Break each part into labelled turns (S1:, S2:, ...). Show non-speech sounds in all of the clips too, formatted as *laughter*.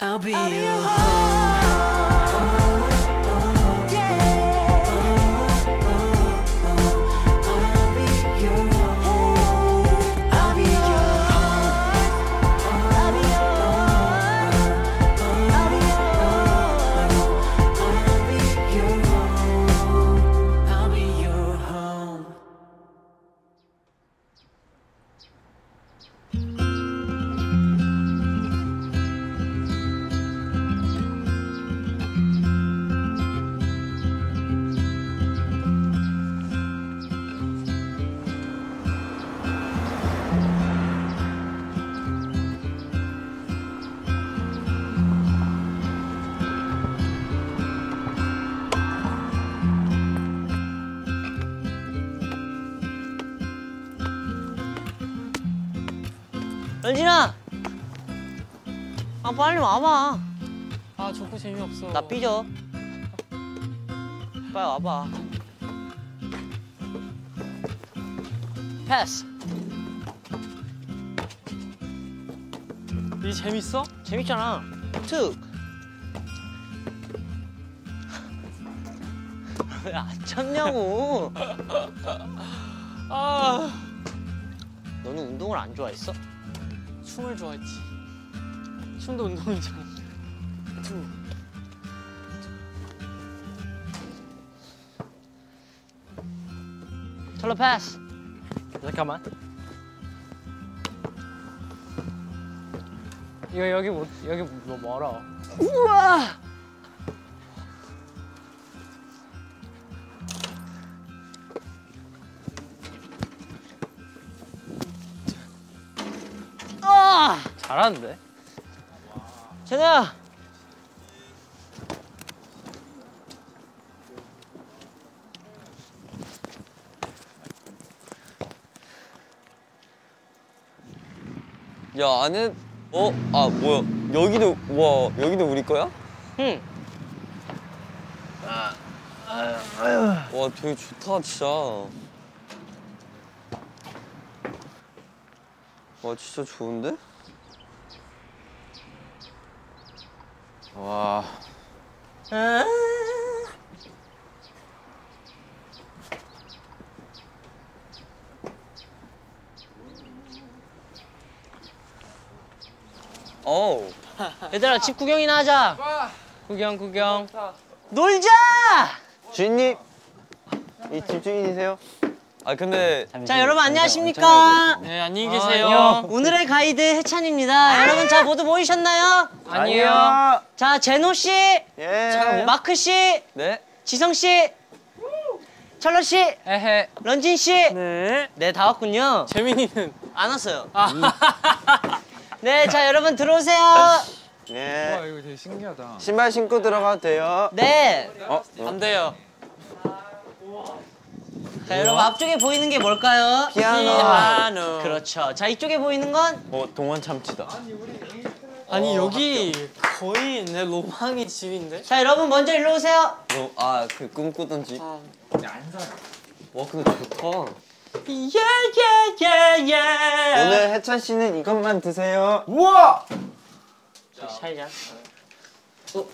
S1: I'll be
S2: I'll be
S1: your
S2: your
S1: home. I'll be your home. I'll be your home. I'll be your home. I'll be your home. I'll be your home.
S3: 연진아! 아 빨리 와봐
S4: 아 저거 재미없어.
S3: 나 삐져 빨리 와봐 패스
S4: 이 재밌어?
S3: 재밌잖아 특 *laughs* 왜안 참냐고
S4: 아
S3: 너는 운동을 안 좋아했어?
S4: 춤을 좋아했지. 춤도 운동이잖아. 투.
S3: 털러 패스
S4: 잠깐만. 이거 여기 못 여기 뭐 멀어.
S3: 우와 아!
S4: 잘하는데?
S3: 재나야
S5: 야 안에 어? 아 뭐야 여기도 와 여기도 우리 거야?
S3: 응
S5: 와 되게 좋다 진짜 와 진짜 좋은데? 와
S3: 아.
S5: 어우
S3: 얘들아 집 구경이나 하자 구경 구경 놀자
S5: 주인님 이 집주인이세요? 아 근데
S3: 자 여러분 안녕하십니까
S4: 네 안녕히
S3: 안녕. 아.
S4: 계세요.
S3: 오늘의 가이드 해찬입니다 여러분 자 모두 모이셨나요
S4: 안녕.
S3: 자 제노 씨
S5: 예.
S3: 마크 씨
S5: 네.
S3: 지성 씨 철러 씨
S4: 에헤.
S3: 런진
S4: 네.
S3: 씨네 다 왔군요
S4: 재민이는
S3: 안 왔어요 음.
S4: 아.
S3: *laughs* 네 자 여러분 들어오세요
S5: 네.
S6: 이거 되게 신기하다.
S5: 신발 신고 들어가도 돼요.
S3: 네
S5: 어?
S4: 안 돼요.
S3: 자 여러분 앞쪽에 보이는 게 뭘까요 네.
S5: 피아노.
S3: 그렇죠 자 이쪽에 보이는 건
S5: 어, 동원 참치다.
S4: 아니
S3: 어,
S4: 여기 거의 내 로망의 집인데.
S3: 자 여러분 먼저 일로 오세요
S5: 어, 아, 그 꿈꾸던 집.
S4: 아.
S5: 와, 근데 좋다.
S3: 예, 예예예예
S5: 오늘 해찬 씨는 이것만 드세요.
S3: 살자
S6: 어?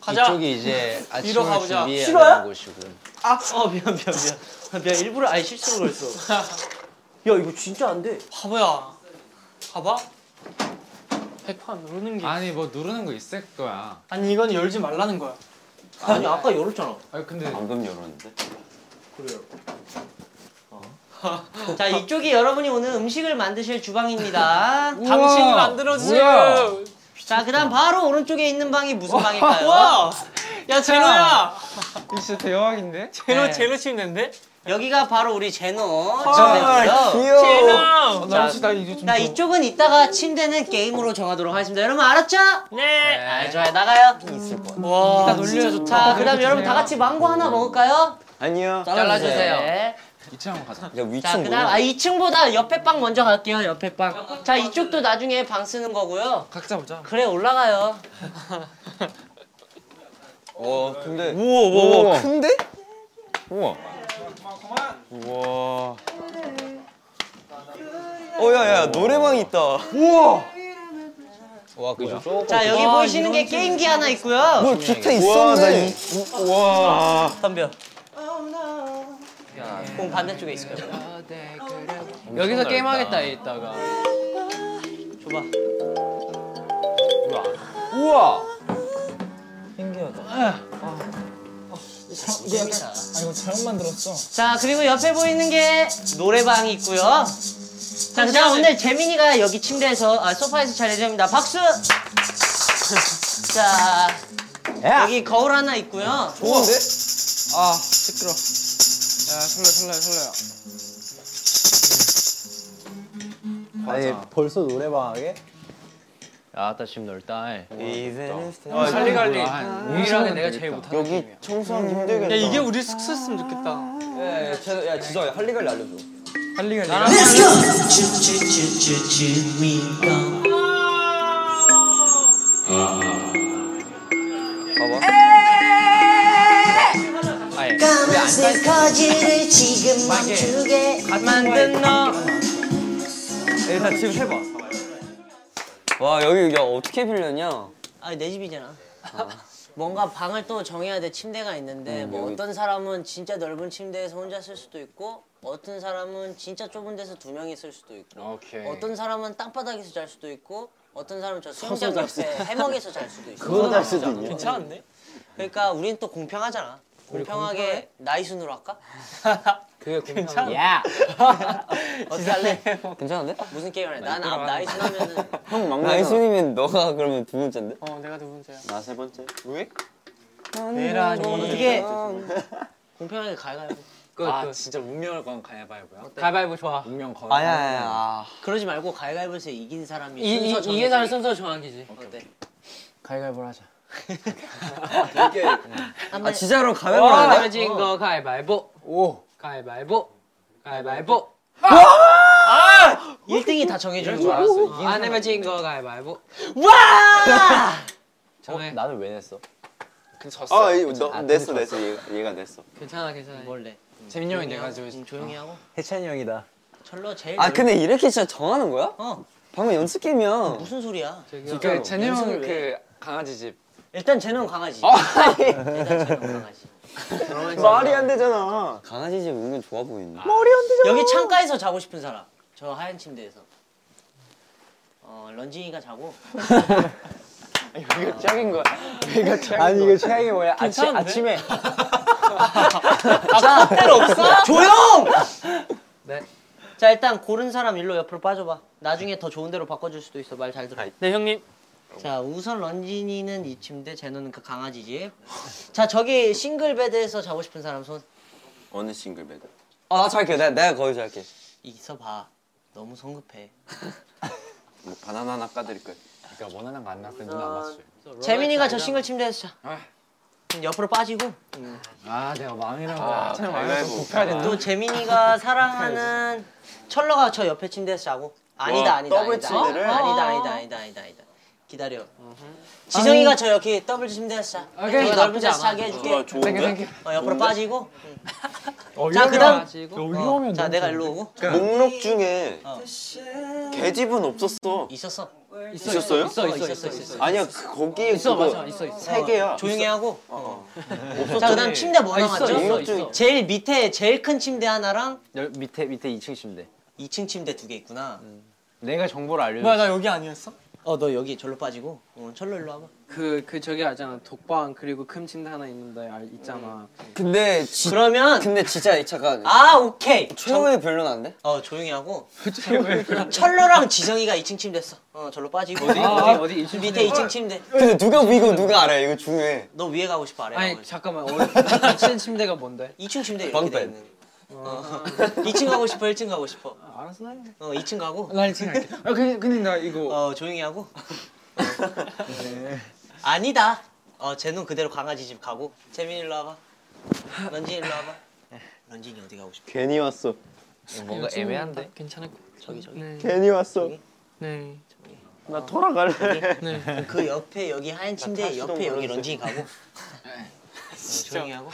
S4: 가자.
S5: 이쪽이 이제
S4: 위로
S5: 아침을
S4: 가보자.
S5: 준비해야
S3: 싫어요?
S5: 하는 곳이고.
S3: 어 미안 미안 미안 미안 일부러 아예 실수로 그랬어 야 이거 진짜 안돼
S4: 바보야. 봐봐. 백판 누르는 게.
S6: 아니 뭐 누르는 거 있을 거야.
S4: 아니 이건 열지 말라는 거야.
S3: 아니 아까 열었잖아
S6: 아 근데
S5: 방금 열었는데.
S3: 자 이쪽이 여러분이 오늘 음식을 만드실 주방입니다.
S4: 당신이 만들어주세요.
S6: 뭐야?
S3: 자 그다음 바로 오른쪽에 있는 방이 무슨 방일까요?
S4: 우와. 아! 야 제노야.
S6: 진짜 대박인데?
S4: 제노
S3: 네.
S4: 제노 침대인데?
S3: 여기가 바로 우리 제노
S5: 아,
S3: 침대고요.
S5: 귀여워.
S4: 제노.
S6: 나 혹시 나 이제 좀.
S3: 자
S6: 더-
S3: 이쪽은 이따가 침대는 게임으로 정하도록 하겠습니다. 여러분 알았죠?
S4: 네.
S3: 아 좋아요 나가요.
S5: 음.
S4: 와.
S3: 나 놀려 좋다. 그다음 여러분 다 같이 망고 하나 먹을까요?
S5: 아니요.
S3: 네.
S6: 이쯤 한번 가자.
S5: 야, 위층
S3: 자
S5: 뭐야?
S3: 그다음 아 2층보다 옆에 방 먼저 갈게요. 옆에 방. 자 이쪽도 나중에 방 쓰는 거고요.
S6: 각자 보자.
S3: 그래 올라가요.
S5: 와, 어, 근데.
S4: 우와,
S5: 우와, 우와. 큰데? 우와. 우와. 어, 야, 야, 노래방 있다. 우와. 와 뭐? 그죠?
S3: 자 여기
S4: 와,
S3: 보이시는 게 게임기 하나 있고요.
S5: 뭘 기타 있었네.
S3: 선별. 공 반대쪽에 있을 거예요.
S4: 여기서 게임하겠다 이따가.
S3: 줘봐.
S5: 우와.
S3: 자 그리고 옆에 보이는 게 노래방이 있고요. 자 그다음 오늘 재민이가 여기 침대에서 아, 소파에서 잘 해줍니다. 박수. *laughs* 자 여기 거울 하나 있고요.
S5: 좋은데?
S6: 아 시끄러. 야 설레 설레 설레.
S4: 아따 심 놀다.
S5: 이제는
S4: 관리 관리.
S6: 뭐야, 한
S4: 유일하게
S6: 50분
S4: 내가
S6: 되겠다.
S4: 제일 못하는
S5: 아, 여기
S4: 게임이야.
S5: 청소하기 힘들겠다.
S4: 야 이게 우리 숙소였으면 좋겠다.
S5: 야, 야, 제- 야 지성아 할리갈리 알려줘.
S6: 할리갈리.
S5: 봐봐.
S1: 까만색 거지를 지금 멈추게
S3: 만든 너.
S5: 일단 지금 해봐. 와 여기 야 어떻게 빌렸냐?
S3: 아 내 집이잖아. *laughs* 뭔가 방을 또 정해야 돼 침대가 있는데
S5: 음,
S3: 뭐
S5: 여기-
S3: 어떤 사람은 진짜 넓은 침대에서 혼자 쓸 수도 있고 어떤 사람은 진짜 좁은 데서 두 명이 쓸 수도 있고
S6: 오케이.
S3: 어떤 사람은 땅바닥에서 잘 수도 있고 어떤 사람은 저 수영장 옆에 해먹에서 잘 수도 있고
S5: 할 수도 있냐?
S4: 괜찮은데?
S3: 그러니까 우린 또 공평하잖아 공평하게 나이 순으로 할까? *laughs*
S6: 야.
S3: 어떻게 *laughs* 할래?
S5: 괜찮은데?
S3: 무슨 게임을 해? 난 앞 나이 순 하면은
S5: 형 막내. 나이순이면 너가 그러면 두 번째인데?
S4: 어 내가 두 번째야.
S5: 나 세 번째.
S4: 내란이.
S3: 어떻게 공평하게 가위가위
S6: 아 진짜 운명을 건 가위바위보야.
S4: 그, 가위바위보 좋아.
S6: 운명 거.
S5: 아야 아야. 아.
S3: 음. 그러지 말고 가위가위에서 이긴 사람이
S4: 이
S3: 순서
S4: 이게 사람
S3: 정해서
S4: 순서 정한 기지.
S3: 어때?
S6: 가위바위보를 하자.
S3: *laughs*
S5: 아
S3: 어,
S5: 진짜로 가면 안 돼?
S4: 떨어진 거 가위바위보. 오. 가위바위보. 가위바위보.
S5: 아!
S3: 1등이 아! 다
S5: 예.
S3: 정해주는
S6: 줄
S3: 거야
S6: 알았어. 이긴
S4: 안
S6: 사람이
S4: 해봐진 거 가위바위보.
S3: 와!
S4: 정해.
S5: 나는 왜 냈어?
S6: 그 졌어.
S5: 아, 이거 너 냈어 냈어 얘가 얘가 냈어.
S4: 괜찮아 괜찮아.
S3: 원래
S6: 재민이 형이 내가 저.
S3: 좀 조용히 하고
S5: 해찬이 형이다.
S3: 철로 제일
S5: 아
S3: 넓-
S5: 근데 이렇게 진짜 정하는 거야?
S3: 어
S5: 방금 연습 게임이야.
S3: 무슨 소리야
S4: 그러니까
S6: 그 재민
S3: 연습을 왜
S6: 형그 강아지 집.
S3: 일단 쟤는 강아지 일단 쟤는 강아지
S5: 말이 안 되잖아. 강아지 집 은근 좋아 보이네. 머리
S3: 여기 창가에서 자고 싶은 사람 저 하얀 침대에서 어 런쥔이가 자고
S6: 이거 짝인 거야. 이거 짝인
S5: 아니 이거 최악이 뭐야? 아침
S4: 괜찮은데?
S5: 아침에
S6: 아,
S3: 자 때로 없어 조용
S4: 네.
S3: 자 일단 고른 사람 일로 옆으로 빠져봐 나중에 더 좋은 데로 바꿔줄 수도 있어 말 잘 들어
S4: 네 형님.
S3: 자 우선 런쥔이는 이 침대 제노는 그 강아지 집자 저기 싱글 베드에서 자고 싶은 사람 손
S5: 어느 싱글 배드? 아나 잘게 내가 내가 거기서 할게.
S3: 있어봐 너무 성급해
S5: 뭐 바나나 하나 까드릴까요?
S6: 그러니까 원하는 거 안 나왔어. 눈안 맞지.
S3: 재민이가 저 싱글 침대에서 자. 그럼 옆으로 빠지고
S6: 아 내가 망이라고. 아, 참 망해서
S5: 뭐.
S6: 굽혀야 된다.
S3: 또 재민이가 사랑하는 철러가 저 옆에 침대에서 자고 아니다 아니다
S5: 더블
S3: 아니다
S5: 침대를?
S3: 어? 아니다 아니다 아니다 아니다 아니다 기다려 지성이가 저 여기 더블 침대에서 자
S4: 오케이.
S3: 저기 넓은
S4: 나쁘지
S3: 데서
S4: 않아.
S3: 자게 해줄게
S5: 아
S6: 땡큐
S5: 좋은데?
S6: 땡큐.
S3: 어, 옆으로 빠지고
S6: 네? 어,
S3: 자 그다음
S4: 가지고.
S3: 어, 자 내가 일로 오고
S5: 목록 중에
S3: 어.
S5: 개집은 없었어.
S3: 있었어
S5: 있었어요?
S4: 있어 있어 있어 있어.
S5: 아니야 그- 거기에 있어
S4: 맞아 있어 있어.
S5: 세 개야.
S3: 조용히 하고 자 그다음 침대 뭐
S4: 아, 있어,
S3: 남았죠?
S4: 있어,
S5: 있어.
S3: 제일 밑에 제일 큰 침대 하나랑
S5: 밑에 밑에 2층 침대.
S3: 2층 침대 두 개 있구나
S6: 내가 정보를 알려.
S4: 뭐야 나 여기 아니었어?
S3: 어 너 여기 절로 빠지고 어, 철로 일로 와봐
S4: 그, 그 저기 알잖아 독방 그리고 큰 침대 하나 있는데 알, 있잖아
S5: 음. 근데 지,
S3: 그러면
S5: 근데 진짜 잠깐
S3: 아 오케이
S5: 최후의 변론 안 돼?
S3: 어 조용히 하고 철로랑 지성이가 2층 침대 있어 어 절로 빠지고 어디
S4: 어디 어디
S3: 밑에 2층 침대
S5: 근데 누가 이거 누가 알아? 이거 중요해.
S3: 너 위에 가고 싶어 아래 가고
S4: 아니
S3: 싶어
S4: 잠깐만 우리 친 침대가 뭔데?
S3: 2층 침대 이렇게
S5: 방밴.
S3: 돼 있는 어. *laughs* 2층 가고 싶어 1층 가고 싶어
S4: 알았어 나
S3: 어 2층 가고
S6: 난 지금 할게. 아 근데 근데 나 이거
S3: 어 조용히 하고 네. 아니다 어 쟤는 그대로 강아지 집 가고 재민 일로 와봐 런쥔 일로 와봐 런쥔이 어디 가고 싶어
S5: 괜히 왔어.
S4: 뭔가 애매한데 괜찮을 것 같아
S3: 저기 저기
S4: 네.
S5: 괜히 왔어.
S4: 네
S5: 나 돌아갈래.
S3: 그 옆에 여기 하얀 침대 옆에 여기 런쥔이 가고 어, 조용히 하고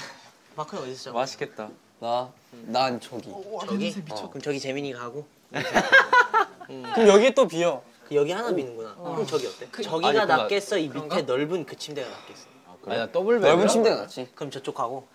S3: 마크 어디서 자고
S6: 맛있겠다.
S5: 나 난 저기.
S3: 예. 어, 저기? 그럼 저기 재민이 가고
S5: 그럼 여기 또 비어.
S3: 음. 그 여기 하나 미는구나. 그럼 저기 어때? 저기가
S5: 아니, 그거-
S3: 낫겠어? 이 밑에 넓은 그 침대가 낫겠어?
S5: 아니 나 더블 넓은 침대가 낫지.
S3: 그럼 저쪽 하고.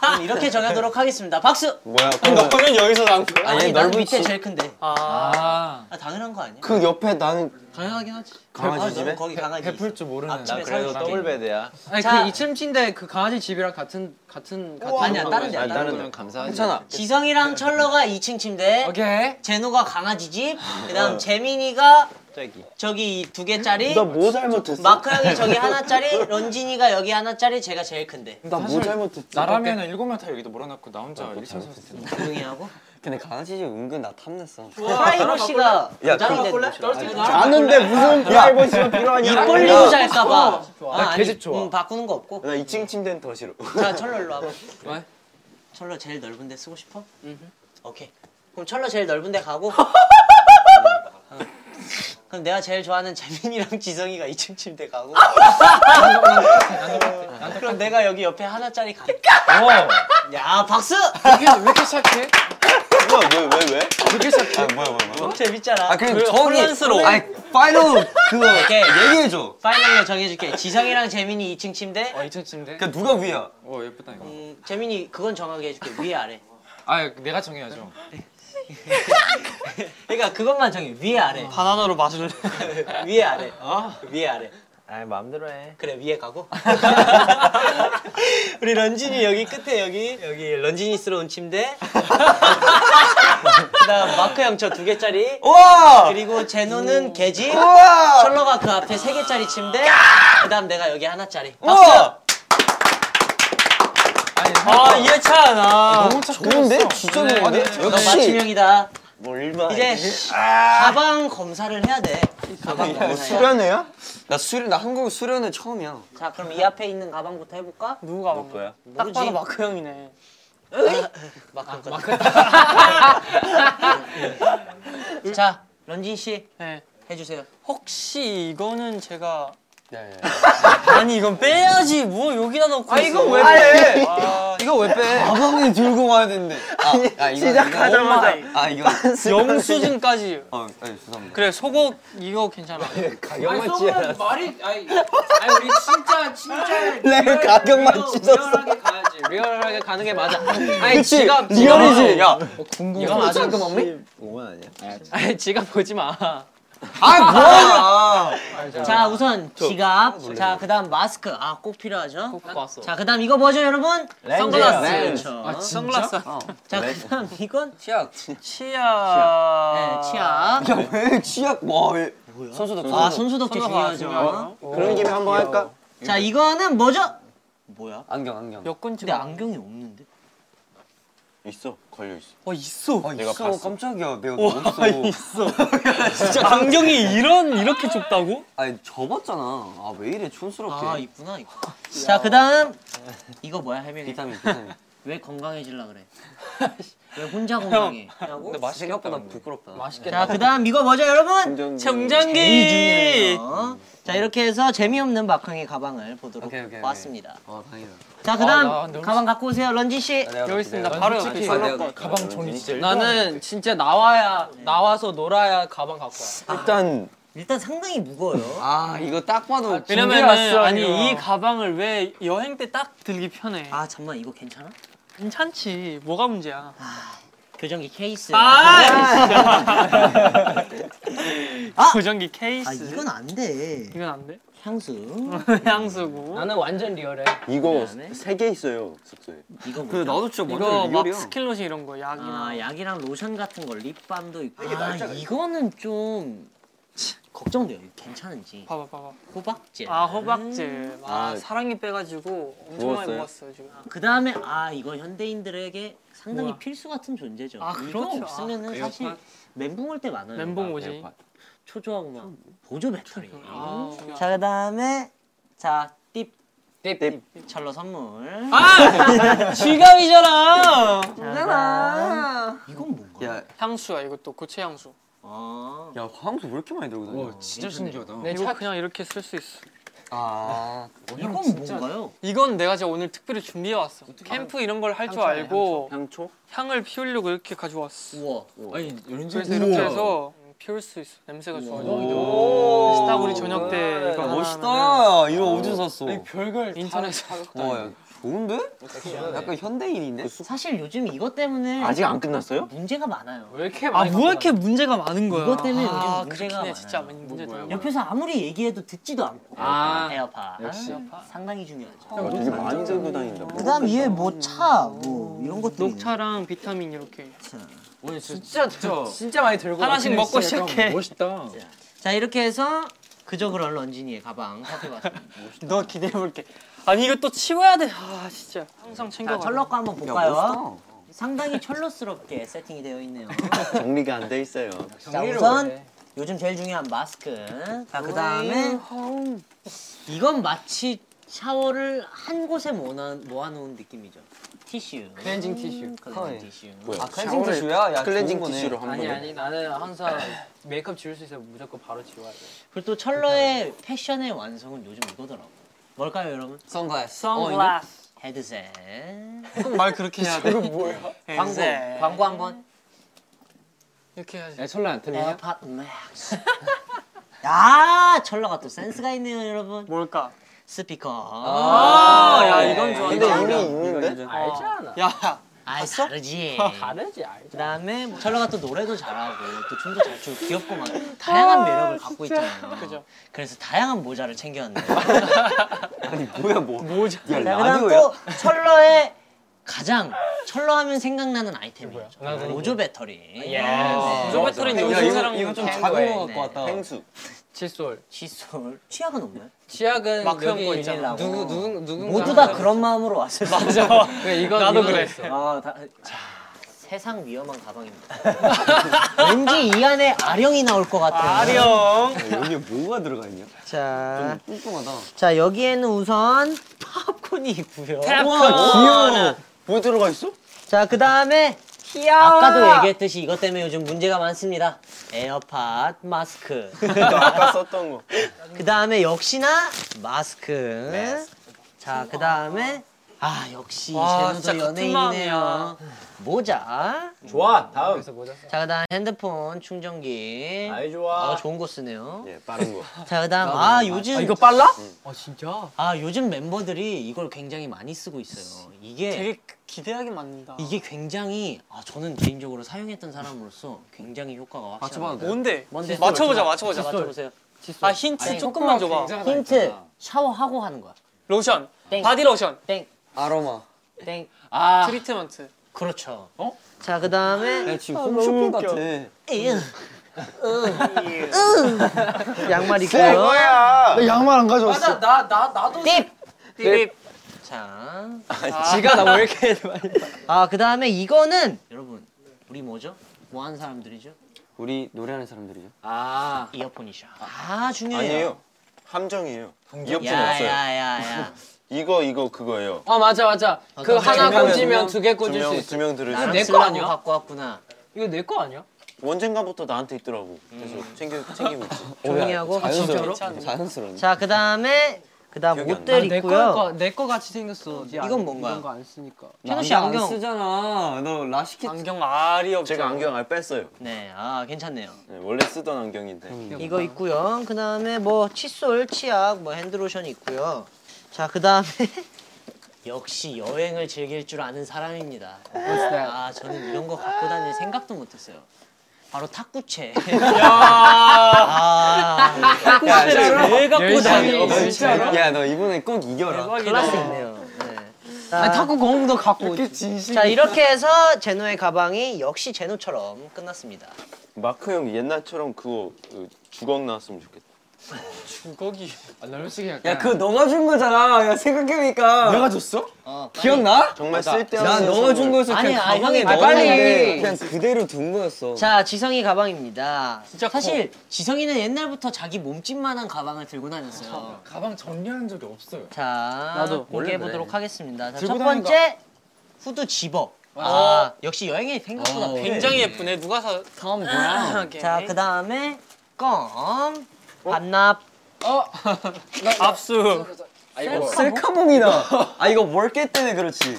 S3: 그럼 이렇게 정하도록 하겠습니다. 박수!
S5: 뭐야? 너는 여기서 난 거야? 아니,
S3: 아니, 난
S5: 넓은
S3: 밑에
S5: 집.
S3: 제일 큰데. 아,
S6: 아
S3: 당연한 거 아니야?
S5: 그 옆에 나는
S4: 당연하긴 하지.
S5: 강아지
S3: 아,
S5: 집에.
S3: 너는 거기 강아지.
S6: 베풀 줄 모르는
S3: 앞집에
S6: 나
S3: 살고 있게.
S5: 베드야.
S4: 아니
S3: 자.
S4: 그 이층 침대 그 강아지 집이랑 같은 같은 같은
S3: 아니야,
S4: 방법이야.
S3: 다른 데야, 다른 데.
S5: 감사하지. 괜찮아.
S3: 지성이랑 철러가 2층 침대.
S6: 오케이
S3: 제노가 강아지 집. 그다음 재민이가
S5: 갑자기.
S3: 저기 두 개짜리.
S5: 나 뭐 잘못했어?
S3: 마크 형이 저기 하나짜리. 런진이가 여기 하나짜리. 제가 제일 큰데.
S5: 나 뭐 잘못했지?
S6: 나라면은 일곱 명 다 여기도 몰아넣고 나 혼자 일층 섰을 텐데
S3: 조용히 하고.
S5: 근데 그 강아지 집 은근 나 탐냈어.
S3: 프라이버시가
S5: 야,
S3: 부자인데
S5: 그거
S3: 좋죠.
S5: 자는데 무슨 프라이버시가 필요하냐?
S3: 입 벌리고 잘까봐. 음,
S6: 나 계집 아, 좋아.
S3: 바꾸는 거 없고.
S5: 나 2층 침대는 더 싫어.
S3: 자, 철로 일로 와봐.
S6: 왜?
S3: 철로 제일 넓은 데 쓰고 싶어? 응. 오케이. 그럼 철로 제일 넓은 데
S5: *laughs*
S3: 가고. 어. 그럼 내가 제일 좋아하는 재민이랑 지성이가 2층 침대 가고.
S5: 아.
S3: 그럼 내가 여기 옆에 하나짜리 가. 야, 박수!
S6: 어. 이게 왜 이렇게 시작해?
S5: *laughs* 뭐야 왜 왜 왜? 그렇게 시작해. 아, 뭐야 뭐야 뭐야?
S3: 재밌잖아.
S5: 그럼 저기
S3: 혼란스러워.
S5: 아니 파이널 그거
S3: 오케이.
S5: 얘기해줘.
S3: 파이널로 정해줄게. 지성이랑 재민이 2층 침대.
S6: 어 2층 침대?
S5: 그러니까 누가 위야?
S6: 오 예쁘다 이거
S3: 음, 재민이 그건 정하게 해줄게. 위에 아래.
S6: 아 내가 정해야죠
S3: 그러니까 그것만 정해. 위에
S5: 어.
S3: 아래.
S4: 바나나로 마실래?
S3: *laughs* 위에
S5: *laughs*
S3: 아래. 위에 아래.
S5: 아이 마음대로 해.
S3: 그래 위에 가고 *laughs* 우리 런쥔이 여기 끝에 여기 여기 런쥔이스러운 침대 *laughs* 그다음 마크 형 저 두 개짜리
S5: 우와! 음.
S3: 그리고 제노는 개지
S5: 우와!
S3: 철러가 그 앞에 세 개짜리 침대 그다음 내가 여기 하나짜리
S5: 우와!
S6: 아니
S3: 이해찬 아
S6: 너무 착해
S5: 좋은데? 진짜
S6: 네,
S5: 좋은데?
S6: 네.
S3: 너
S5: 역시
S3: 맞춤형이다
S5: 뭐 일반
S3: 아, 이제 아. 가방 검사를 해야 돼 가방
S5: 뭐
S3: 검사
S5: 수련회야? 나 수련 나 한국 수련회 처음이야.
S3: 자 그럼 이 앞에 있는 가방부터 해볼까
S4: 누가 막
S5: 뭐야?
S3: 딱
S4: 봐도 마크 형이네.
S3: 마크 마크 아, 자 런쥔 씨
S4: 네.
S3: 해주세요.
S4: 혹시 이거는 제가
S3: 네,
S5: 야야.
S4: 아니 이건 빼야지 뭐 여기다 넣고
S5: 아 이거 왜 빼? 이거 왜 빼? 가방에 들고 와야 되는데. 아, 아 이거 시작하자마자. 아 이거.
S4: 영수증까지
S5: 어, 네, 죄송합니다.
S4: 그래 속옷 이거
S3: *laughs*
S4: 괜찮아
S5: 가격만 찢어.
S6: 말이 아니 아니 우리 진짜 진짜
S5: 내 가격만 찢었어.
S6: 가야지
S4: 리얼하게 가는 게 맞아 아니
S5: 그치?
S4: 지갑
S5: 리얼이지. 야,
S4: 궁금해
S5: 이거
S4: 이건 아직
S5: 아직도 먹니? 5만 아니야?
S4: 아니 지갑 보지 마
S5: 아 뭐야?
S3: 자 우선 지갑 자 그다음 마스크 아 꼭 필요하죠
S4: 갖고 왔어
S3: 자 그다음 이거 뭐죠 여러분 선글라스
S5: 렌즈.
S3: 그렇죠
S4: 선글라스
S3: 자 그다음 이건
S5: 치약.
S3: 네,
S4: 치아
S3: 치아
S5: 야왜 치약? 와 왜? 어, 선수도
S3: 아 손소독제 중요하죠
S5: 그런 김에 한번 할까?
S3: 자 이거는 뭐죠
S5: 안경 안경.
S4: 여권
S3: 근데
S4: 치아
S3: 안경이 없는데
S5: 있어 걸려 있어.
S4: 어 있어
S5: 내가 봤어. 깜짝이야. 내가 *laughs* 넣었어.
S4: 진짜 안경이 이런 이렇게 좁다고?
S5: 아니 접었잖아. 아 왜 이래 촌스럽게.
S3: 아 있구나 이거 자 그다음 이거 뭐야 해명이
S5: *laughs* 비타민 비타민.
S3: 왜 건강해질라
S5: *laughs*
S3: 그래 왜 혼자 건강해
S5: 근데 맛 어, 생각보다 부끄럽다.
S3: 자 그다음 이거 뭐죠 여러분
S4: 정장기
S3: 어? 자 이렇게 해서 재미없는 마크형의 가방을 보도록
S5: 오케이, 오케이, 오케이.
S3: 왔습니다
S5: 어 다행이다.
S3: 자 그다음
S6: 아, 나 너무
S3: 가방 갖고 오세요 런쥔 씨.
S5: 네.
S4: 여기 있습니다 바로 여기
S5: 아, 내가
S4: 있어요.
S5: 그렇게
S6: 가방
S5: 말하는지.
S6: 정리 진짜
S4: 나는 진짜 나와야 나와서 놀아야 가방 갖고 와
S5: 일단
S3: 일단 상당히 무거워요.
S5: 아 이거 딱 봐도
S4: 왜냐면은
S6: 준비해왔어,
S4: 아니
S6: 이거.
S4: 이 가방을 왜 여행 때 딱 들기 편해
S3: 아 잠만 이거 괜찮아?
S4: 괜찮지 뭐가 문제야
S3: 교정기 케이스.
S4: 아,
S3: *laughs* 아!
S4: 고정기 케이스.
S3: 아, 이건 안 돼.
S4: 이건 안 돼? *laughs*
S3: 향수.
S4: 향수고. 나는 완전 리얼해.
S5: 이거 세 개 있어요 숙소에.
S3: 이거 뭐?
S5: 근데 나도 진짜
S4: 이거
S5: 완전
S4: 막
S5: 리얼이야.
S4: 스킬롯이 이런 거 약이나.
S3: 아 약이랑 로션 같은 거 립밤도 있고. 아 이거는 좀 걱정돼요. 이거 괜찮은지.
S4: 봐봐 봐봐.
S3: 호박질.
S4: 아 호박즙. 아,
S5: 아,
S4: 사랑니 빼가지고 엄청 많이
S5: 부었어요?
S4: 먹었어요 지금.
S3: 그 다음에 아 이거 현대인들에게 상당히
S4: 뭐야?
S3: 필수 같은 존재죠.
S4: 아,
S3: 이거
S4: 그렇죠.
S3: 없으면은
S5: 아,
S3: 사실
S5: 에어팟.
S3: 멘붕 올 때 많아요.
S4: 멘붕 오지.
S5: 대박.
S3: 초조하고 막 보조 배터리.
S4: 아,
S3: 자 그다음에 자 띠.
S5: 띠.
S3: 찰러 선물.
S4: 아 지갑이잖아.
S3: 짜잔. 이건 뭔가?
S5: 야,
S4: 향수야 이것도 고체 향수.
S3: 아.
S5: 야 황수 왜 이렇게 많이 들고 다녀?
S6: 어, 진짜 신기하다
S4: 이거 그냥 이렇게 쓸 수 있어.
S5: 아
S3: 이건 뭔가요?
S4: 이건 내가 제가 오늘 특별히 준비해 왔어. 캠프 이런 걸 할 줄 알고
S5: 향초?
S4: 향을 피우려고 이렇게 가져왔어.
S3: 우와.
S6: 아니 이런
S4: 그래서 이렇게 해서
S6: 피울 수 있어. 냄새가 좋아.
S5: 오,
S6: 스타 우리 저녁 때
S5: 아,
S6: 이거 하나
S5: 멋있다. 이거 어디서 샀어?
S6: 별걸 인터넷
S5: 와, 야, 좋은데? 약간 현대인이네.
S3: 사실 요즘 이것 때문에
S7: 아직 안 끝났어요?
S3: 문제가 많아요.
S6: 왜 이렇게 많이 아뭐 이렇게 문제가 많은 거야.
S3: 이것 때문에 요즘
S6: 아,
S3: 문제가
S6: 그렇긴
S3: 많아요.
S6: 해. 진짜 문제 다
S3: 옆에서 아무리 얘기해도 듣지도 않고
S4: 아.
S3: 에어팟 상당히 중요하죠.
S5: 야, 아, 되게 많이 들고 다닌다. 뭐.
S3: 그다음 이에 뭐 차 뭐 이런 것도
S6: 녹차랑 비타민 이렇게.
S4: 진짜 진짜 진짜 많이 들고
S6: 하나씩 먹고 시작해.
S4: 멋있다.
S3: 자 이렇게 해서 그저 그럴 런쥔이의 가방 살펴봤습니다.
S6: 너 기대해볼게. 아니 이거 또 치워야 돼. 아 진짜 항상
S3: 자,
S6: 챙겨가.
S3: 아, 철러 거 한번
S5: 야,
S3: 볼까요?
S5: 멋있다.
S3: 상당히 철러스럽게 세팅이 되어 있네요.
S5: 정리가 안 돼 있어요.
S3: 자 우선 요즘 제일 중요한 마스크. 자 그다음에 이건 마치 샤워를 한 곳에 모아, 모아놓은 느낌이죠. 티슈. 음,
S4: 클렌징 티슈.
S3: 클렌징 티슈.
S5: 아, 클렌징 티슈야? 야,
S7: 클렌징
S5: 좋은 거네.
S7: 티슈로 한
S4: 아니
S7: 번에.
S4: 아니 나는 항상 메이크업 지울 수 있으면 무조건 바로 지워야 돼.
S3: 그리고 또 철러의 패션의 완성은 요즘 이거더라고. 요 뭘까요, 여러분?
S5: 선글라스.
S6: 선글라스.
S3: 헤드셋.
S6: 말 그렇게 해야 돼.
S3: 광고. 광고 한 번.
S6: 이렇게 해야지.
S4: 야 설라
S6: 아,
S4: 들리냐?
S3: 에어팟 맥스. *laughs* 야, 철러가 또 센스가 있네요, 여러분.
S6: 뭘까?
S3: 스피커.
S6: 아, 야 이건 좋아.
S5: 근데 이미 있는데?
S4: 알잖아.
S6: 야,
S3: 아, 다르지.
S4: 다르지 알잖아.
S3: 그다음에 뭐 철러가 또 노래도 잘하고 또 춤도 잘 추고 귀엽고 막 다양한 매력을 갖고 있잖아요.
S6: 그죠.
S3: 그래서 다양한 모자를 챙겨왔네요.
S5: 아니, 뭐야, 뭐.
S6: 모자.
S5: 야,
S3: 자, 그다음
S5: 라디오야?
S3: 또 철러의 가장 철러하면 생각나는 아이템이죠. 보조 배터리.
S6: 예.
S5: 아,
S3: 네.
S6: 무조 배터리는
S5: 야,
S6: 요즘
S5: 이거,
S6: 사람
S5: 이거 좀
S6: 캔
S5: 작은
S6: 거에.
S5: 거 갖고 왔다. 펭수.
S4: 칫솔.
S3: 칫솔. 취약은 없나요?
S4: 치약은
S6: 마크
S4: 여기
S6: 형거 있잖아.
S4: 누구 누구 누군가
S3: 모두 다
S4: 항상-
S3: 그런 마음으로 왔을 수
S4: 맞아. 그러니까 이건
S6: 나도
S4: 이건
S6: 그래.
S4: 있어.
S3: 아, 다, 자, 세상 위험한 가방입니다. *laughs* 왠지 이 안에 아령이 나올 것 같아요.
S6: 아령.
S5: 야, 어, 여기에 뭐가 들어가 있냐? 아,
S3: 자,
S5: 뚱뚱하다.
S3: 자 여기에는 우선 팝콘이 있고요.
S5: 귀여워. 뭐 어. 들어가 있어?
S3: 자, 그 다음에 아까도 얘기했듯이 이것 때문에 요즘 문제가 많습니다. 에어팟, 마스크. *laughs*
S5: 아까 썼던 거.
S3: 그 다음에 역시나 마스크. 자, 그 다음에 아 역시
S6: 와,
S3: 제노도
S6: 진짜 같은
S3: 연예인이네요. 모자.
S5: 좋아, 다음.
S3: 자, 그다음 핸드폰 충전기.
S5: 아이, 좋아.
S3: 아, 좋은 거 쓰네요.
S5: 예, 빠른 거.
S3: 자, 그다음 아 요즘
S6: 이거 빨라?
S4: 아 진짜?
S3: 아 요즘 멤버들이 이걸 굉장히 많이 쓰고 있어요. 이게
S6: 되게 기대하게 만든다.
S3: 이게 굉장히 아 저는 개인적으로 사용했던 사람으로서 굉장히 효과가 확실해요.
S6: 뭔데?
S3: 뭔데?
S6: 맞춰보자, 맞춰보자.
S3: 맞춰보세요.
S6: 아 힌트 조금만 줘봐.
S3: 아, 힌트 샤워하고 하는 거야.
S6: 로션,
S3: 땡.
S6: 바디 로션,
S3: 땡.
S5: 아로마.
S3: 땡.
S4: 아.
S6: 트리트먼트.
S3: 그렇죠. 아. 어? 자, 그다음에
S5: 야, 지금 홈쇼핑 같아. 네.
S3: 으. 으. 양말 있고요.
S5: 양말 안 가져왔어.
S4: 아,
S6: 나 나 나도
S3: 딥.
S6: 딥.
S3: 자.
S4: 지가 나 왜 이렇게 많이
S3: 아, 그다음에 이거는 여러분, 우리 뭐죠? 뭐 하는 사람들이죠?
S5: 우리 노래하는 사람들이죠?
S4: 아
S3: 이어폰이죠. 아, 중요해요.
S7: 아니에요. 함정이에요. 이어폰 없어요.
S3: 야야야야.
S7: 이거 이거 그거예요.
S6: 어,
S4: 아 맞아 맞아 그
S3: 어떤
S4: 하나
S3: 중간에
S4: 꽂으면 두 개 꽂을 수 있어
S7: 두명두명 들을 수
S4: 내
S7: 있어.
S4: 거 아니야?
S3: 갖고 왔구나.
S4: 이거 내 거 아니야?
S7: 언젠가부터 나한테 있더라고.
S5: 음.
S7: 그래서 챙겨 챙기고 있지.
S5: *laughs*
S3: 조용히 하고.
S5: 자연스러워. 자연스러운.
S3: 자, 그다음에 그다음
S7: 기억이 안
S3: 옷들 있고요.
S4: 내거 같이 생겼어
S3: 이건 뭔가요?
S4: 이런 거 안 쓰니까
S3: 현우 씨
S5: 안
S3: 안경.
S5: 쓰잖아. 너 라시키.
S6: 안경 알이 없죠.
S7: 제가 안경 알 뺐어요.
S3: 네. 아, 괜찮네요.
S7: 네, 원래 쓰던
S5: 음.
S7: 안경인데.
S3: 이거 있고요. 그 다음에 뭐 칫솔, 치약, 뭐 핸드로션 있고요. 자, 그 다음에 *laughs* 역시 여행을 즐길 줄 아는 사람입니다.
S4: 네.
S3: 아, 저는 이런 거 갖고 다닐 생각도 못했어요. 바로 탁구채. *laughs* 아,
S6: 왜 갖고
S4: 열심히
S6: 다녀?
S4: 진짜로?
S5: 야, 너 이번에 꼭 이겨라.
S3: 클래스 있네요. 네. 자,
S4: 자꾸 공도 갖고 오지
S3: 자, 이렇게 해서 제노의 가방이 역시 제노처럼 끝났습니다.
S7: 마크 형 옛날처럼 그거 그 주걱 나왔으면 좋겠다.
S6: 주걱이.
S4: 널찍이
S5: 야, 그거 너가 준 거잖아. 야, 생각해보니까. 내가 줬어? 기억나?
S7: 정말
S5: 나
S7: 쓸데없는
S5: 너가 준
S7: 선물.
S5: 거였어.
S3: 아니,
S5: 그냥
S3: 아,
S5: 가방에
S3: 형이- 아,
S5: 넣었는데
S3: 빨리.
S5: 그냥 그대로 둔 거였어.
S3: 자, 지성이 가방입니다.
S6: 진짜 커.
S3: 사실 지성이는 옛날부터 자기 몸집만한 가방을 들고 다녔어요.
S8: 가방 정리한 적이 없어요.
S3: 자,
S4: 나도.
S3: 공개해 보도록 하겠습니다. 자, 첫
S8: 들고 다니는
S3: 번째 후드 집업.
S6: 어.
S3: 아, 역시 여행이 생각보다
S5: 어.
S3: 필요해.
S6: 굉장히 예쁘네. 누가 사?
S4: 덤 *laughs* 브라운
S3: 자, 그 다음에
S6: 어?
S3: 껌, 반납.
S6: 압수.
S9: *laughs*
S5: 셀카봉이다. 아, 이거 월계 때문에 그렇지.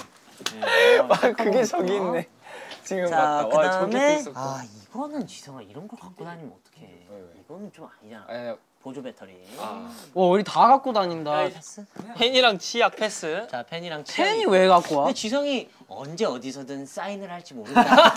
S5: 아, 그게 저기 있네.
S6: 지금
S3: 자,
S6: 봤다.
S3: 그
S6: 와 저기도
S3: 다음에
S6: 있었다.
S3: 아 이거는 지성아 이런 걸 갖고 다니면 어떡해? 이거는 좀 아니잖아.
S6: 아니, 아. 아니,
S3: 보조 배터리.
S10: 와 우리 다 갖고 다닌다.
S3: 자, 패스.
S9: 펜이랑 치약 패스.
S3: 자, 펜이랑
S10: 팬이
S3: 치약이-
S10: 왜 갖고 와?
S3: 근데 지성이 언제 어디서든 사인을 할지 모른다.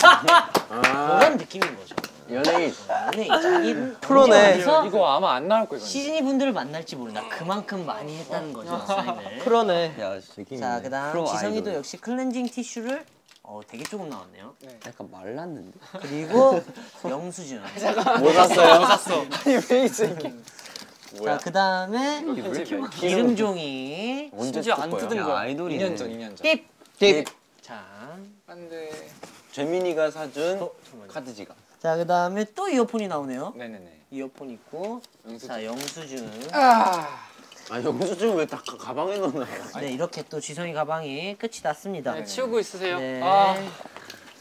S3: 아. 그런 느낌인 거죠.
S5: 연예인
S3: 연예인 자기
S9: 프로네.
S3: 그래서
S6: 이거 아마 안 나올 거예요.
S3: 시즈니 분들을 만날지 모른다. 그만큼 많이 했다는 거죠 사인을.
S10: 그러네.
S9: 야, 되게
S3: 자,
S9: 있네.
S3: 그다음
S9: 프로
S3: 지성이도
S9: 아이돌.
S3: 역시 클렌징 티슈를 어 되게 조금 나왔네요.
S9: 약간 말랐는데.
S3: 그리고 영수증.
S5: 뭐 *laughs* 샀어요?
S3: 자, 그다음에 이름 종이.
S9: 언제 심지어 안 뜯은 거야. 아이돌이.
S5: 음.
S6: 2년 전, 2년 전.
S3: 띠
S9: 딥.
S3: 자,
S6: 안 돼.
S9: 재민이가 사준
S3: 잠깐만요.
S9: 카드 지갑.
S3: 자 그다음에 또 이어폰이 나오네요.
S6: 네네네.
S3: 이어폰 있고 자 영수증.
S5: 아 영수증 왜다 가방에 넣어놔요?
S3: 네 이렇게 또 지성이 가방이 끝이 났습니다. 네,
S4: 치우고 있으세요.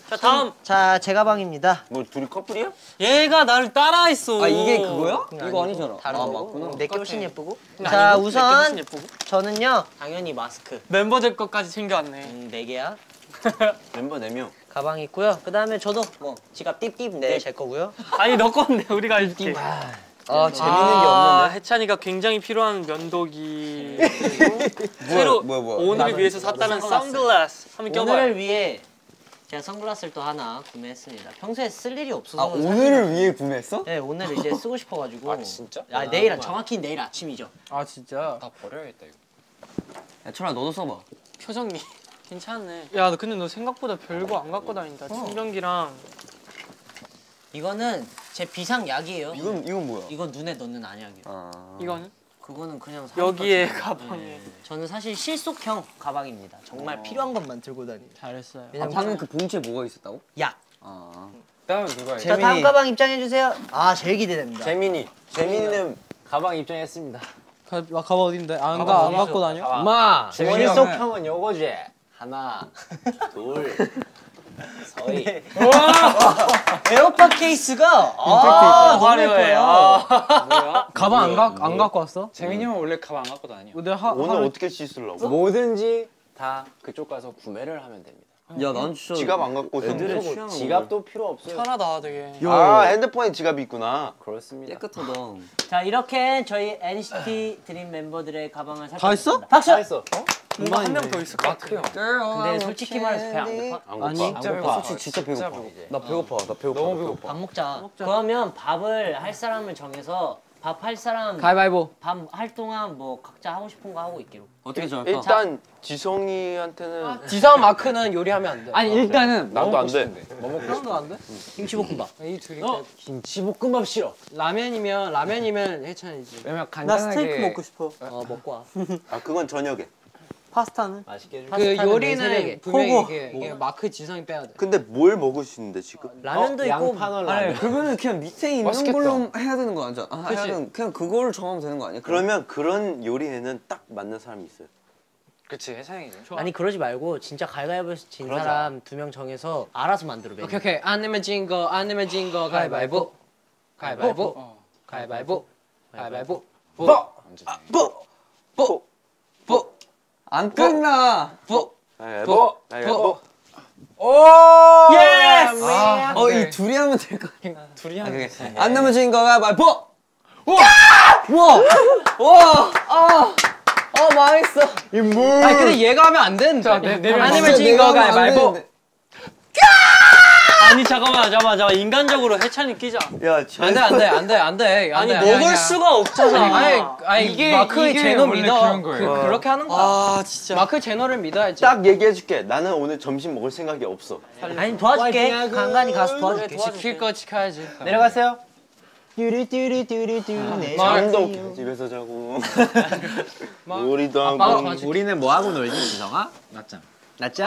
S3: 자 다음. 자제 가방입니다.
S5: 뭐 둘이 커플이야?
S4: 얘가 나를 따라했어.
S9: 아 이게 그거야? 이거 아니잖아.
S3: 다른
S9: 아
S3: 거.
S9: 맞구나.
S3: 내게 훨씬 예쁘고.
S4: 아니고,
S3: 자
S4: 내게 훨씬
S3: 우선
S4: 네, 예쁘고.
S3: 저는요 당연히 마스크.
S4: 멤버들 것까지 챙겨왔네.
S3: 음, 네 개야.
S5: 멤버 4명
S3: 가방 있고요. 그다음에 저도 뭐 지갑 띠띠 네제 거고요.
S4: 아니 너 건데 우리가 이렇게.
S9: 아 재밌는
S4: 아, 해찬이가 굉장히 필요한 *laughs* 면도기. 새로
S9: 뭐야, 뭐야.
S4: 오늘을 위해서 샀다는 선글라스. 한번 껴봐요.
S3: 오늘을 위해 제가 선글라스를 또 하나 구매했습니다. 평소에 쓸 일이 없어서.
S9: 아
S3: 사실-
S9: 오늘을 위해 구매했어?
S3: 네 오늘 이제 쓰고 싶어가지고. 아 진짜?
S6: 아,
S3: 내일 아,
S6: 정말.
S3: 정확히 내일 아침이죠.
S10: 아 진짜.
S6: 다 버려야겠다 이거.
S9: 야 철아 너도 써봐.
S4: 표정이 *laughs* 괜찮네. 어. 야 너 근데 너 생각보다 별거 안 갖고 다닌다. 충전기랑.
S3: 이거는 제 비상 약이에요.
S9: 이건 이건 뭐야?
S3: 이건 눈에 넣는 안약이에요.
S9: 아
S4: 이거는?
S3: 그거는 그냥 사는
S4: 여기에
S3: 거죠.
S4: 가방에.
S3: 네. 저는 사실 실속형 가방입니다. 정말 필요한 것만 들고 다니는.
S4: 잘했어요.
S9: 아, 방금 그 봉투에 뭐가 있었다고?
S3: 약.
S9: 아
S6: 다음 누가
S3: 자 다음 가방 입장해 주세요. 아 제일 기대됩니다.
S5: 재민이 재민이는
S10: 가방 입장했습니다.
S11: 가, 가방 어딘데? 안
S10: 가방
S11: 가, 안
S10: 어디죠?
S11: 갖고 다녀?
S10: 엄마.
S6: 재민이 형.
S10: 형은 요거지. 하나.
S3: 에어팟 케이스가 아 화려해요.
S11: 가방 안, 가, 안 갖고 왔어?
S6: 재민이 형은 원래 가방 안 갖고 다녀.
S11: 근데 하,
S5: 오늘
S11: 하루-
S5: 어떻게 씻으려고?
S10: 뭐든지 다 그쪽 가서 구매를 하면 됩니다.
S9: 야난 진짜
S5: 지갑 안 갖고 오셨네
S9: 취향은
S10: 필요 없어요.
S4: 편하다 되게.
S5: 아 핸드폰에 지갑이 있구나
S10: 그렇습니다.
S9: 깨끗하다.
S3: 자 이렇게 저희 NCT 드림 멤버들의 가방을 살펴봤습니다.
S11: 했어?
S3: 박수.
S4: 뭔가 한 명 더 있을 것 같아.
S3: 근데 솔직히 말해서 배 안 고파.
S5: 안 고파
S9: 진짜 배고파. 아, 솔직히 진짜 배고파. 나 배고파. 나 배고파. 너무 배고파.
S3: 밥 먹자. 그러면 밥을 할 사람을 정해서 밥 할 사람
S10: 가위바위보.
S3: 밥 할 동안 뭐 각자 하고 싶은 거 하고 있기로.
S9: 어떻게 정할까?
S5: 일단 지성이한테는
S11: 지상 마크는 요리하면 안 돼.
S10: 아니 일단은
S5: 나도 안돼
S10: 먹어도 안 돼?
S3: 김치볶음밥.
S10: 이 둘이 어? 김치볶음밥 싫어. 라면이면 라면이면 해찬이지.
S6: 네.
S10: 왜냐면
S4: 나
S10: 간단하게
S4: 스테이크 먹고 싶어.
S3: 어 먹고 와.
S5: 아 그건 저녁에
S4: 파스타는?
S10: 그
S3: 파스타는
S10: 요리는
S3: 내세를
S10: 분명히
S4: 호구.
S10: 이게, 이게 마크 지성이 빼야 돼.
S5: 근데 뭘 먹으시는데 지금?
S3: 라면도
S10: 어,
S3: 있고
S10: 양파나 라면.
S9: 아니 그거는 그냥 밑에 있는
S6: 맛있겠다.
S9: 걸로 해야 되는 거 아니야? 아, 해야
S10: 그치.
S9: 되는- 그냥 그거를 정하면 되는 거 아니야?
S5: 그러면 그런 요리에는 딱 맞는 사람이 있어요
S6: 그치 해상이지.
S3: 아니 그러지 말고 진짜 갈갈보에서 진
S5: 그러자.
S3: 사람 두 명 정해서 알아서 만들어 메뉴.
S10: 오케이 오케이 안 내면 진거 안 내면 진거 가위바위보 가위바위보
S6: 어.
S10: 가위바위보 가위바위보
S9: 아, 안 끝나.
S5: 아, 뭐? 아, 뭐?
S10: 예스
S4: 아,
S9: 어
S4: 네.
S9: 이 둘이 하면 될 거 같아.
S6: 둘이
S9: 아,
S6: 한
S9: 그게 안 넘어진 거가 말보. 와! 와! 와! 아! 아 망했어.
S10: 아니 근데 얘가 하면 안 되는데
S4: 네,
S10: 안 내면 진거
S9: 내가 하면 안
S10: 가위바위보
S9: 되는데.
S4: 아니 잠깐만 잠깐만 잠깐 인간적으로 해찬이 끼자.
S5: 야 지금
S10: 네, 안돼 안돼 안돼 안돼
S4: 아니 먹을 수가 없잖아.
S10: 아니 아니 이게 마크의
S11: 이게
S10: 제노
S11: 원래
S10: 믿어
S11: 그런 거예요.
S10: 그, 그렇게 하는 거야
S9: 아 진짜.
S10: 마크 제노를 믿어야지
S5: 딱 얘기해줄게 나는 오늘 점심 먹을 생각이 없어
S3: 아니 도와줄게. 간간히 가서 도와줄게.
S10: 지킬 거 지켜야지
S3: 내려가세요. 네,
S10: 뭐, 아,
S5: 잠도 못-
S10: *laughs*
S5: 집에서 자고 *laughs* 요리도
S10: 아빠가
S5: 하고
S10: 도와줄게
S9: 우리는 뭐 하고 놀지 지성아?
S6: 낮잠.
S9: 낮잠?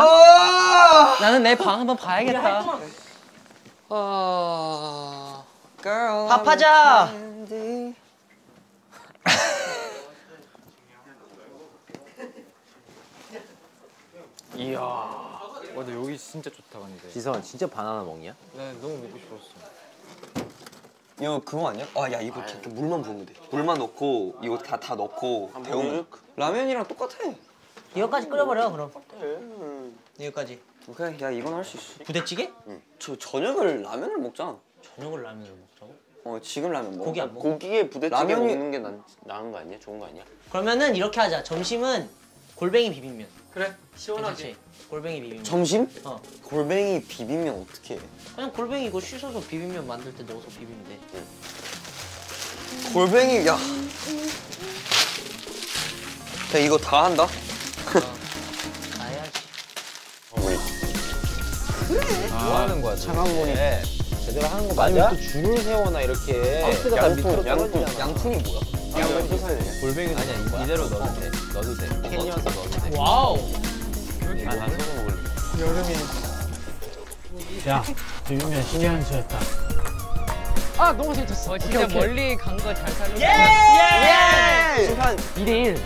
S10: 나는 내 방 한번 봐야겠다 어.
S3: 밥하자.
S6: 와, 어, 근데 여기 진짜 좋다 근데.
S9: 지성아 진짜 바나나 먹냐?
S10: 네,
S6: 나 너무 먹고 싶었어.
S9: 이거 그거 아니야? 아 야 이거 이렇게 물만 부으면 돼. 물만 넣고 이거 다 다 넣고
S5: 아, 뭐, 그-
S9: 데우면 라면이랑 똑같아.
S3: 여기까지 끓여버려 그럼. 여기까지.
S5: 오케이 야 이건 할 수 있어
S3: 부대찌개?
S5: 저 저녁을 라면을 먹자
S3: 저녁을 라면을 먹자고?
S5: 어 지금 라면 먹어
S3: 고기 안 먹어?
S12: 고기에 부대찌개
S5: 라면이-
S12: 먹는 게 나, 나은 거 아니야? 좋은 거 아니야?
S3: 그러면은 이렇게 하자. 점심은 골뱅이 비빔면.
S4: 그래 시원하게
S3: 괜찮지? 골뱅이 비빔면.
S5: 점심?
S3: 어.
S5: 골뱅이 비빔면 어떻게 해?
S3: 그냥 골뱅이 이거 씻어서 비빔면 만들 때 넣어서 비비면 돼.
S5: 골뱅이 야. 야 이거 다 한다?
S3: 아 해야지.
S6: 뭐
S5: 장항문이
S6: 제대로 하는 거 맞아? 또 줄을 세워나 이렇게
S5: 박스가 다 밑으로
S6: 양푼
S5: 네, 양푼이 뭐야?
S12: 양념 소사야 되냐?
S6: 골뱅이 아니야 이대로 넣어도 돼 넣어도 돼 캔이어서 넣어도 돼
S12: 아나 소금 먹을래
S13: 아 너무 재밌었어. 진짜 멀리 간 거 잘 살려.
S5: 심판
S13: 2대1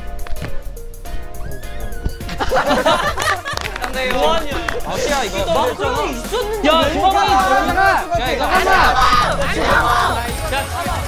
S6: 아시아 이거 막
S13: 야, 김광이
S5: 야 이거
S13: 야, 이거 하자.
S14: 아